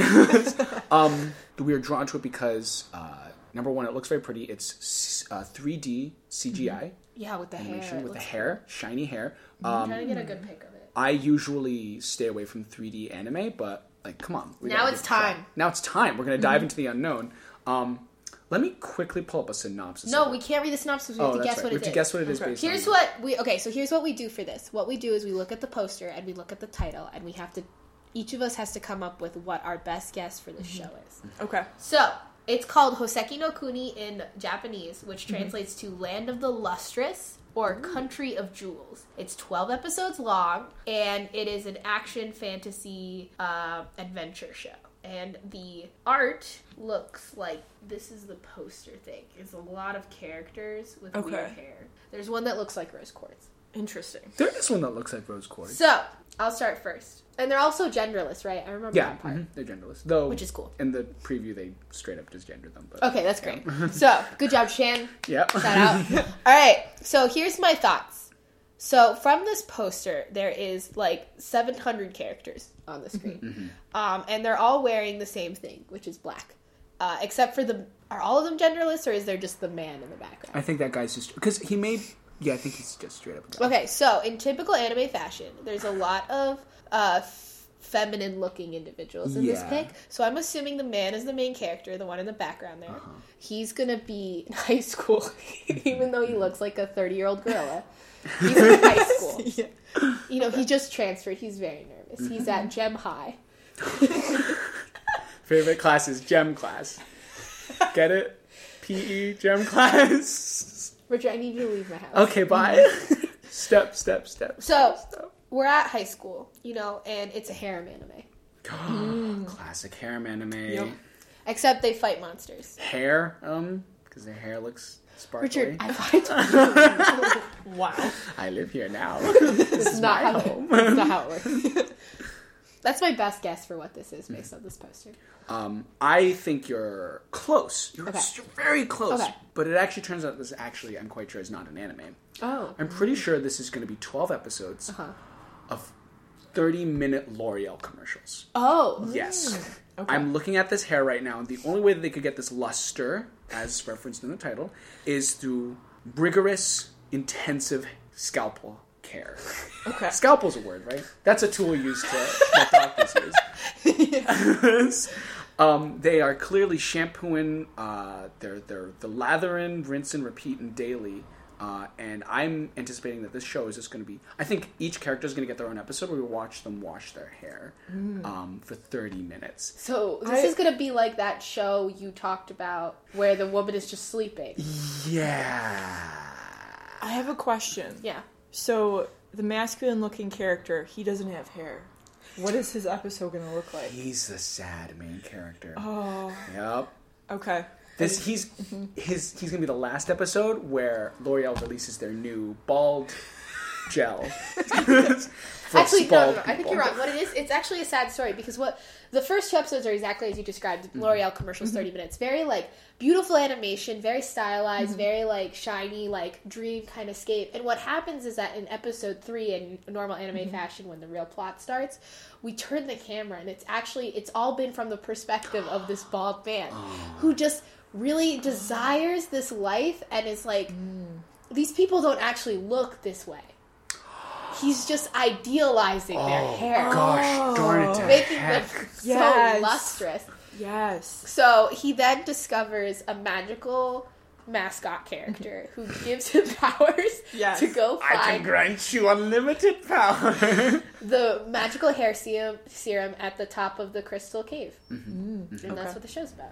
B: um, we were drawn to it because uh, number one, it looks very pretty. It's s- uh, 3D CGI
A: Yeah, with the
B: animation
A: hair.
B: with the
A: Let's-
B: hair, shiny hair.
A: I'm
B: Um,
A: trying to get a good pic of it.
B: I usually stay away from 3D anime, but like, come on. we
A: Now
B: gotta
A: it's
B: give it a try.
A: time. Mm-hmm.
B: Now it's time. We're gonna dive into the unknown. Um, let me quickly pull up a synopsis.
A: No,
B: of
A: we
B: it.
A: can't read the synopsis. We have
B: Oh,
A: to
B: that's
A: guess
B: right.
A: what
B: we
A: it
B: have
A: is.
B: to guess what it is
C: Okay.
B: based on.
A: Here's
B: that.
A: what we okay. So here's what we do for this. What we do is we look at the poster and we look at the title and we have to. Each of us has to come up with what our best guess for
B: Mm-hmm.
A: this show is.
C: Okay.
A: So it's called Hoseki no Kuni in Japanese, which translates to Land of the Lustrous or Country of Jewels. It's 12 episodes long, and it is an action fantasy uh, adventure show. And the art looks like this is the poster thing. It's a lot of characters with weird
C: Okay.
A: hair. There's one that looks like rose quartz.
C: Interesting.
B: There is one that looks like Rose Quarry.
A: So I'll start first. And they're also genderless, right? I remember
B: yeah,
A: that part,
B: mhm, they're genderless, though.
A: which is cool.
B: in the preview they straight up just gendered them. But
A: Okay, that's great. so good job, Shan.
B: yeah,
A: Shout out. All right. So here's my thoughts. So from this poster, there is like 700 characters on the screen, um, and they're all wearing the same thing, which is black. Uh, except for the are all of them genderless, or is there just the man in the background?
B: I think that guy's just because he made. Yeah, I think he's just straight up. A guy.
A: Okay, so in typical anime fashion, there's a lot of uh, f- feminine looking individuals in this
B: Yeah.
A: pic. So I'm assuming the man is the main character, the one in the background there.
B: Uh-huh.
A: He's gonna be in high school, even though he looks like a 30 year old gorilla. He's in high school.
C: Yeah.
A: You know, he just transferred. He's very nervous. He's
B: Mm-hmm.
A: at Gem High.
B: Favorite class is gem class. Get it? PE gem class.
A: Richard, I need you to leave my house.
B: Okay, bye.
A: Mm-hmm.
B: step, step, step.
A: So-
B: step,
A: We're at high school, you know, and it's a harem anime.
B: step. classic harem anime.
C: Yep.
A: Except they fight monsters.
B: Hair, um, because their hair looks sparkly.
A: Richard, I lied to you.
C: Wow.
B: I live here now.
A: This is not how,
B: home.
A: that's not how it works. That's my best guess for what this is based on this poster.
B: Um, I think you're close. You're,
A: Okay.
B: you're very close.
A: Okay.
B: But it actually turns out this actually, I'm quite sure, is not an anime.
A: Oh.
B: I'm pretty sure this is going to be 12 episodes
A: Uh-huh.
B: of 30 minute L'Oreal commercials.
A: Oh.
B: Yes.
C: Okay.
B: I'm looking at this hair right now, and the only way that they could get this luster, as referenced in the title, is through rigorous, intensive scalpel care.
C: Okay.
B: Scalpel's a word, right? That's a tool used to that doctors use. um, they are clearly shampooing, uh, they're they're the lathering, rinse and repeat, and daily. Uh, and I'm anticipating that this show is just going to be. I think each character is going to get their own episode where we watch them wash their hair
A: Mm.
B: um, for 30 minutes.
A: So this
C: I-
A: is gonna be like that show you talked about where the woman is just sleeping.
B: Yeah.
C: I have a question.
A: Yeah.
C: So the masculine looking character, he doesn't have hair. What is his episode gonna look like?
B: He's the sad main character.
C: Oh,
B: Yep.
C: okay.
B: This he's his he's gonna be the last episode where L'Oreal releases their new bald gel. for
A: Actually, no, no,
B: bald
A: no, I think
B: people.
A: you're wrong. What it is, it's actually a sad story because what the first two episodes are exactly as you described.
B: Mm-hmm.
A: L'Oreal commercials, thirty minutes, very like beautiful animation, very stylized,
B: Mm-hmm.
A: very like shiny, like dream kind of scape. And what happens is that in episode three, in normal anime
B: Mm-hmm.
A: fashion, when the real plot starts, we turn the camera, and it's actually it's all been from the perspective of this bald man who just really desires this life and is like these people don't actually look this way. He's just idealizing their hair,
C: Oh.
B: Gosh darn it! to
A: making them
B: Oh, heck.
C: Yes.
A: so lustrous.
C: Yes.
A: So he then discovers a magical mascot character who gives him powers
C: Yes.
A: to go
B: I can
A: find
B: grant you unlimited power.
A: the magical hair serum, serum at the top of the crystal cave.
B: Mm-hmm.
A: And
C: Okay.
A: that's what the show's about.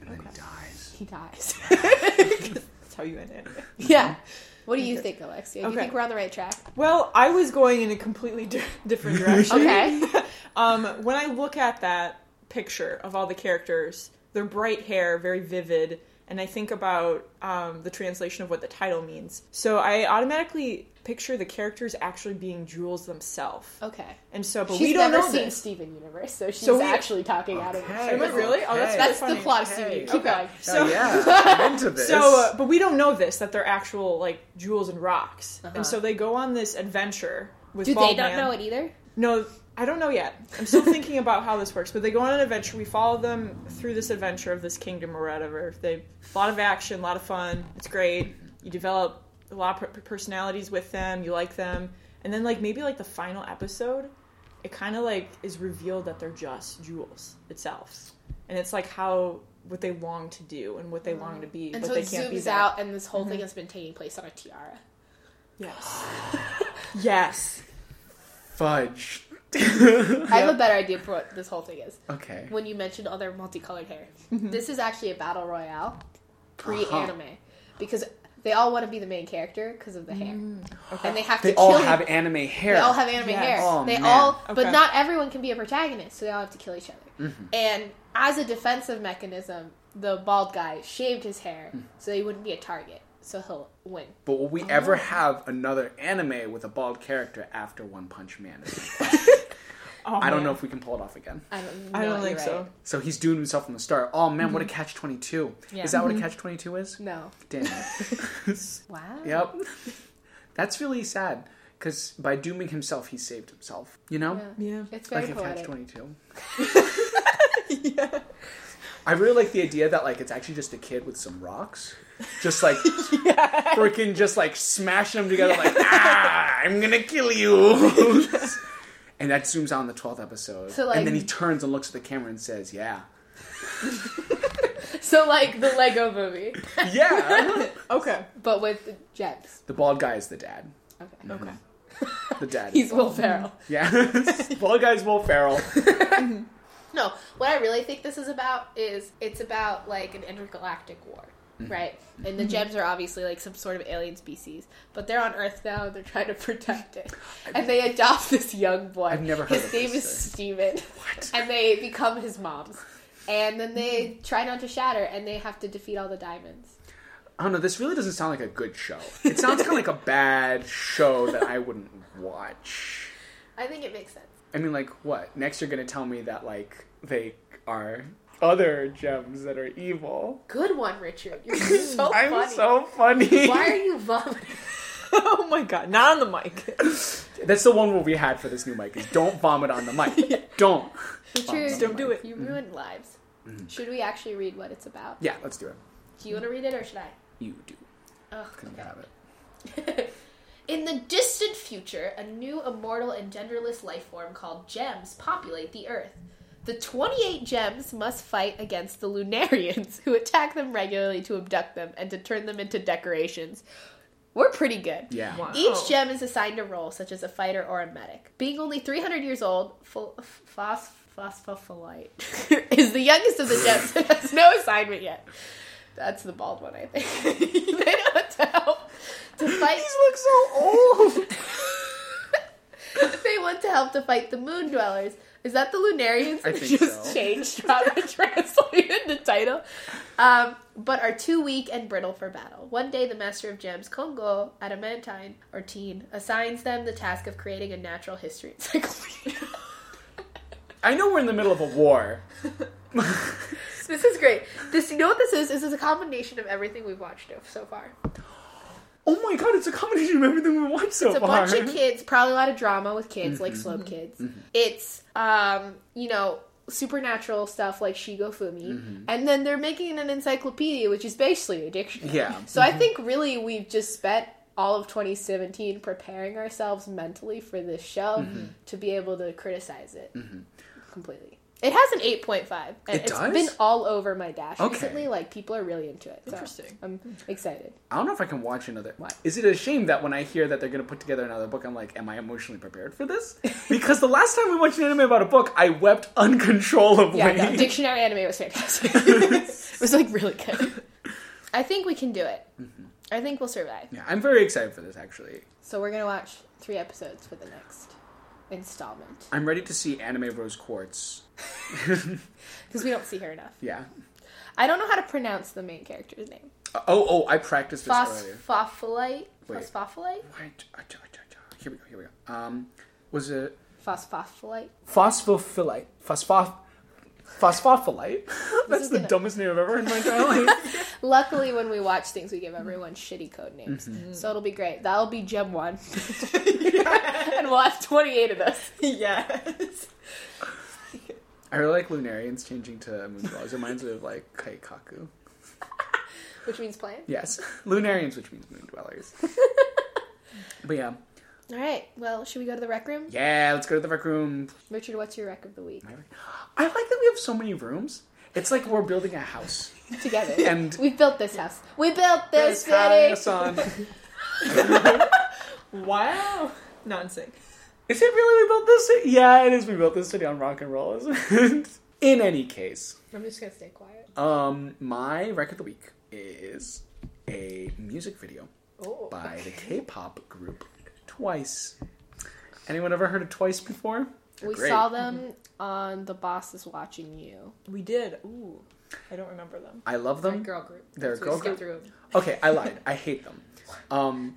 B: and then he dies.
A: He dies.
C: That's how you end it.
A: yeah. What do you think, Alexia? Do you
C: Okay.
A: think we're on the right track?
C: Well, I was going in a completely di- different direction.
A: Okay.
C: um, when I look at that picture of all the characters, their bright hair, very vivid, and I think about um, the translation of what the title means. So I automatically picture the characters actually being jewels themselves.
A: Okay.
C: And so, but
A: Oh. she's
C: we don't
A: never
C: know
A: seen
C: this.
A: Steven Universe, so she's
C: So we-
A: actually talking out of
B: Okay.
A: it.
C: Am I really? Oh, that's,
B: Hey.
A: That's
C: funny.
A: the plot,
B: Hey.
A: Steven. Keep
C: Okay.
A: going.
C: So
B: oh, yeah, I'm into this.
C: So, uh, but we don't know this that they're actual like jewels and rocks,
A: Uh-huh.
C: and so they go on this adventure with.
A: Do they
C: Bald
A: not
C: Man.
A: know it either?
C: No, I don't know yet. I'm still thinking about how this works. But they go on an adventure. We follow them through this adventure of this kingdom or whatever. They a lot of action, a lot of fun. It's great. You develop a lot of per- personalities with them. You like them, and then like maybe like the final episode, it kind of like is revealed that they're just jewels itself, and it's like how what they long to do and what they long to be,
A: And
C: but
A: so
C: they
A: it
C: can't be
A: zooms
C: that.
A: out, and this whole thing has been taking place on a tiara.
C: Yes. yes.
B: Fudge.
A: I have a better idea for what this whole thing is.
B: Okay.
A: When you mentioned all their multicolored hair, this is actually a battle royale pre anime
C: Uh-huh.
A: because they all want to be the main character because of the hair, and they have
B: They
A: to kill
B: all
A: each-
B: have anime hair.
A: They all have anime
C: Yes.
A: hair.
B: Oh,
A: they
B: man.
A: all,
C: Okay.
A: but not everyone can be a protagonist, so they all have to kill each other. And as a defensive mechanism, the bald guy shaved his hair so he wouldn't be a target, so he'll win.
B: But will
A: Oh.
B: we ever have another anime with a bald character after One Punch Man?
C: Oh,
B: I don't
C: man.
B: know if we can pull it off again.
A: I don't. Know
C: I don't
A: you're
C: think
A: right.
C: so.
B: So he's doing himself from the start. Oh man, what a catch twenty two!
A: Mm-hmm. Yeah. Mm-hmm.
B: Is that what a catch twenty two is?
A: No.
B: Damn.
A: Wow.
B: yep. That's really sad because by dooming himself, he saved himself. You know,
C: Yeah.
A: It's very
B: like a catch
A: poetic.
B: twenty two. I really like the idea that like it's actually just a kid with some rocks, just like freaking just like smashing them together like ah, I'm gonna kill you. and that zooms out on the twelfth episode,
A: So, like-
B: and then he turns and looks at the camera and says, "Yeah,
A: So like the Lego Movie,
B: yeah."
C: Okay.
A: but with gems.
B: the bald guy is the dad.
A: Okay.
C: Okay.
B: The dad.
A: He's Will Ferrell.
B: yeah. bald guy's Will Ferrell.
A: No, what I really think this is about is it's about like an intergalactic war,
B: Mm-hmm.
A: right? And the gems are obviously like some sort of alien species, but they're on Earth now and they're trying to protect it. And they adopt this young boy.
B: I've never heard
A: his
B: of
A: name
B: this,
A: is
B: though.
A: Steven.
B: What?
A: And they become his moms. And then they try not to shatter and they have to defeat all the diamonds.
B: I don't know. This really doesn't sound like a good show. It sounds kind of like a bad show that I wouldn't watch.
A: I think it makes sense.
B: I mean, like what? Next, you're gonna tell me that like they are other gems that are evil.
A: Good one, Richard. You're so
B: I'm
A: funny.
B: so funny.
A: Why are you vomiting?
C: oh my god, not on the mic.
B: That's the one rule we had for this new mic: is don't vomit on the mic. Don't.
A: Richard,
B: Don't Mm-hmm.
C: do it.
A: You ruined lives. Should we actually read what it's about?
B: Yeah, let's do it.
A: Do you want to read it or should I?
B: You do.
A: Ugh,
B: Can
A: okay.
B: I have it?
A: In the distant future, a new immortal and genderless life form called gems populate the Earth. The 28 gems must fight against the Lunarians, who attack them regularly to abduct them and to turn them into decorations. We're pretty good.
B: Yeah.
C: Wow.
A: Each gem is assigned a role, such as a fighter or a medic. Being only 300 years old, pho- phos- Phosphophyllite is the youngest of the gems and has no assignment yet. That's the bald one, I think. they know what to help. To fight.
B: look so old.
A: they want to help to fight the moon dwellers. Is that the Lunarians?
B: I think
A: just
B: so.
A: changed how they translated the title. Um, but are too weak and brittle for battle. One day, the Master of Gems, Kongo Adamantine, or Teen, assigns them the task of creating a natural history encyclopedia.
B: I know we're in the middle of a war.
A: this is great. This, you know what this is? This is a combination of everything we've watched of- so far.
B: Oh my god, it's a combination of everything we watched so
A: It's a
B: far. Mm-hmm.
A: bunch of kids, probably a lot of drama with kids, like slope kids. It's um, you know, supernatural stuff like Shigo Fumi.
B: Mm-hmm.
A: And then they're making an encyclopedia, which is basically a dictionary.
B: Yeah. Mm-hmm.
A: So I think really we've just spent all of 2017 preparing ourselves mentally for this show
B: Mm-hmm.
A: to be able to criticize it completely. It has an 8.5 and
B: It
A: it's
B: does?
A: been all over my dash
B: Okay.
A: recently. Like people are really into it. So
C: Interesting.
A: I'm excited.
B: I don't know if I can watch another. Why? Is it a shame that when I hear that they're going to put together another book, I'm like, am I emotionally prepared for this? Because the last time we watched an anime about a book, I wept uncontrollably.
A: Yeah, no, dictionary anime was fantastic. it was like really good. Mm-hmm. I think we can do it. I think we'll survive.
B: Yeah, I'm very excited for this, actually.
A: So we're gonna watch three episodes for the next installment
B: I'm ready to see Anime Rose Quartz.
A: because we don't see her enough.
B: Yeah.
A: I don't know how to pronounce the main character's name.
B: Oh, oh, I practiced this earlier.
A: Phosphophyllite.
B: Wait.
A: Phosphophyllite.
B: Wait, uh, t- t- t- Here we go, here we go. Um, was it
A: Phosphophyllite.
B: phosphophyllite? Phospho- phosphophyllite? That's
A: is
B: the
A: gonna-
B: dumbest name I've ever heard in my entire life.
A: Luckily, when we watch things, we give everyone shitty code names, so it'll be great. That'll be Gem One, and we'll have twenty-eight of those.
C: yes.
B: I really like Lunarians changing to Moonjaws. It reminds me of like Kaikaku.
A: Which means plan.
B: Yes, Lunarians, which means moon dwellers. but yeah,
A: All right. Well, should we go to the rec room?
B: yeah. Let's go to the rec room.
A: Richard, what's your rec of the week?
B: I like that we have so many rooms. It's like we're building a house.
A: together.
B: And-
A: we built this house. We built this,
B: house
A: city.
B: on.
C: Wow. Non sync.
B: Is it really we built this city? Yeah, it is. We built this city on rock and roll, isn't it? In any case,
A: I'm just gonna stay quiet.
B: um, my rec of the week is a music video
A: Oh,
B: by the K-pop group Twice. Anyone ever heard of Twice before? They're
A: we
B: great.
A: saw them on The Boss is Watching You.
C: We did. Ooh. I don't remember them.
B: I love them.
A: girl group.
B: They're a
A: So we
B: girl
A: skipped
B: group?
A: through them.
B: Okay, I lied. I hate them. Um,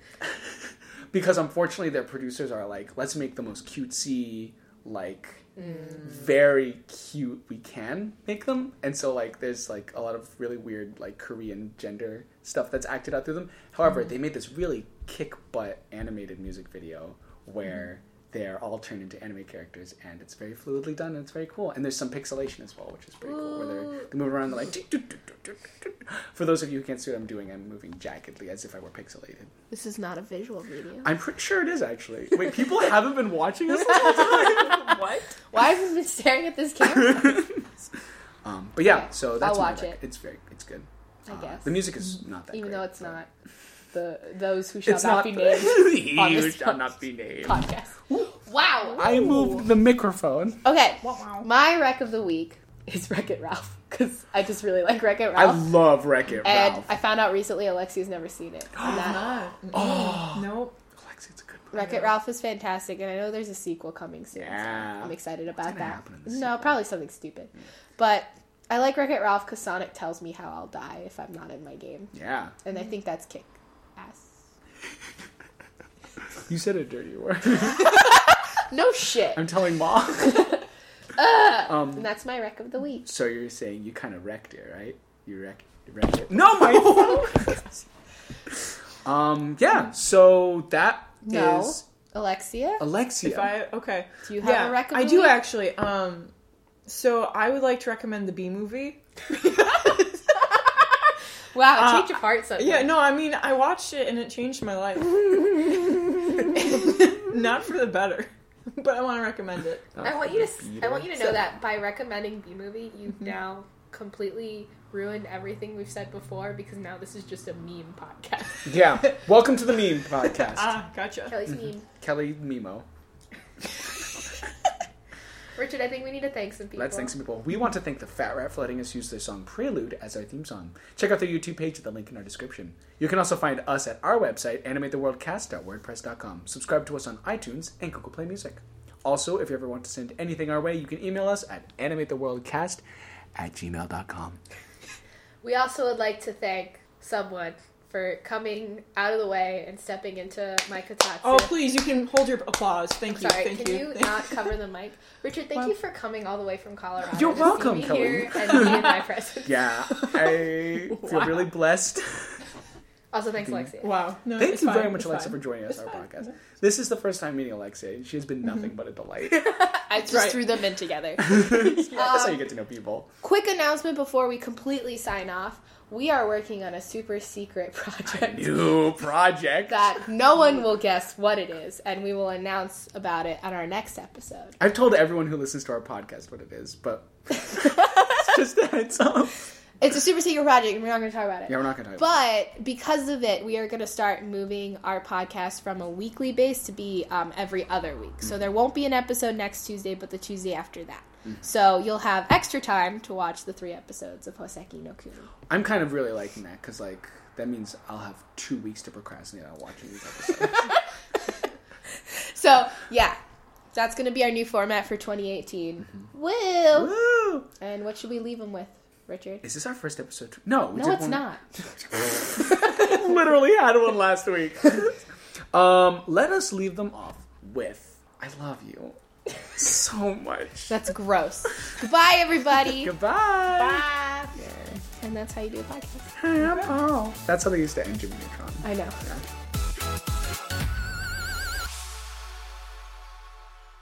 B: because unfortunately, their producers are like, let's make the most cutesy, like, very cute we can make them. And so, like, there's like a lot of really weird, like, Korean gender stuff that's acted out through them. However, they made this really kick butt animated music video where. They're all turned into anime characters, and it's very fluidly done, and it's very cool. And there's some pixelation as well, which is pretty cool. Where they're, they move around, they're like, "Tick, tick, tick, tick, tick, tick." for those of you who can't see what I'm doing, I'm moving jaggedly as if I were pixelated.
D: This is not a visual video.
B: I'm pretty sure it is actually. Wait, people haven't been watching us this whole time.
C: what?
A: Why have we been staring at this camera?
B: Um, but yeah,
A: Okay,
B: so that's
A: I'll
B: my
A: watch
B: rec.
A: it.
B: It's very, it's good.
A: I
B: Uh,
A: guess.
B: the music is not that.
A: Even
B: great,
A: though it's
B: but-
A: not the those who shall
B: It's
A: not
B: not.
A: be named on
B: you
A: this
B: shall not be named.
A: podcast. Wow.
B: I moved the microphone.
A: Okay.
C: Wow.
A: My rec of the week is Wreck It Ralph because I just really like Wreck It
B: I
A: Ralph.
B: love Wreck It
A: and
B: Ralph.
A: I found out recently Alexi's never seen it. And that
C: Oh. Nope.
B: Alexi, it's a good movie.
A: Wreck It Ralph is fantastic, and I know there's a sequel coming soon. so
B: Yeah.
A: I'm excited about
B: gonna
A: that.
B: happen in the
A: no,
B: sequel?
A: probably something stupid. But I like Wreck It Ralph because Sonic tells me how I'll die if I'm not in my game,
B: Yeah,
A: and I think that's kick ass.
B: you said a dirty word.
A: No shit.
B: I'm telling mom.
A: And
B: um,
A: that's my wreck of the week.
B: so you're saying you kind of wrecked it, right? You wrecked, you wrecked it. No, my phone! um, yeah. So that is
A: No. Alexia,
B: Alexia.
C: If I okay,
A: do you have a wreck of the
C: I do
A: week?
C: actually. Um, so I would like to recommend the B movie.
A: Wow, it changed your heart something.
C: Yeah, no, I mean I watched it and it changed my life. Not for the better, but I want to recommend it.
A: I want you to. s- I want you to know that by recommending B movie, you've now completely ruined everything we've said before because now this is just a meme podcast.
B: Yeah. Welcome to the meme podcast,
A: Uh,
C: Ah, gotcha.
A: Kelly's meme.
B: Kelly Mimo.
A: Richard, I think we need to thank some people.
B: Let's thank some people. We want to thank the Fat Rat for letting us use their song Prelude as our theme song. Check out their YouTube page at the link in our description. You can also find us at our website, animatetheworldcast.wordpress.com. Subscribe to us on iTunes and Google Play Music. Also, if you ever want to send anything our way, you can email us at animatetheworldcast at gmail.com.
A: We also would like to thank someone for coming out of the way and stepping into my katatsu.
C: Oh, please, you can hold your applause. Thank you.
A: Sorry,
C: Thank
A: can you,
C: you.
A: not cover the mic? Richard, thank you for coming all the way from Colorado.
B: You're
A: to see
B: welcome,
A: me
B: Kelly.
A: Here and be in my presence.
B: Yeah, I feel really blessed.
A: Also, thanks, Alexia.
C: Wow. No,
B: Thank
C: it's
B: you
C: fine,
B: very much,
C: it's
B: Alexa,
C: fine.
B: for joining us on our podcast. This is the first time meeting Alexia. She has been nothing but a delight.
A: I just
C: right.
A: threw them in together.
B: That's how you get to know people.
A: Quick announcement before we completely sign off. We are working on a super secret project
B: New project.
A: that no one will guess what it is, and we will announce about it on our next episode.
B: I've told everyone who listens to our podcast what it is, but it's just that it's up.
A: It's a super secret project, and we're not going to talk about it.
B: Yeah, we're not gonna. Talk
A: But because of it, we are going to start moving our podcast from a weekly base to be um, every other week. So there won't be an episode next Tuesday, but the Tuesday after that. So you'll have extra time to watch the three episodes of Hoseki no Kuni.
B: I'm kind of really liking that because like that means I'll have two weeks to procrastinate on watching these episodes.
A: So yeah, that's going to be our new format for 2018. Woo!
B: Woo!
A: And what should we leave them with, Richard?
B: Is this our first episode? No, we
A: No,
B: did
A: it's
B: one-
A: not.
B: Literally had one last week. um, let us leave them off with "I love you" so much.
A: That's gross. Goodbye, everybody.
B: Goodbye.
A: Bye. And that's how you do a podcast.
B: Bye. That's how they used to end Jimmy Neutron.
A: I know.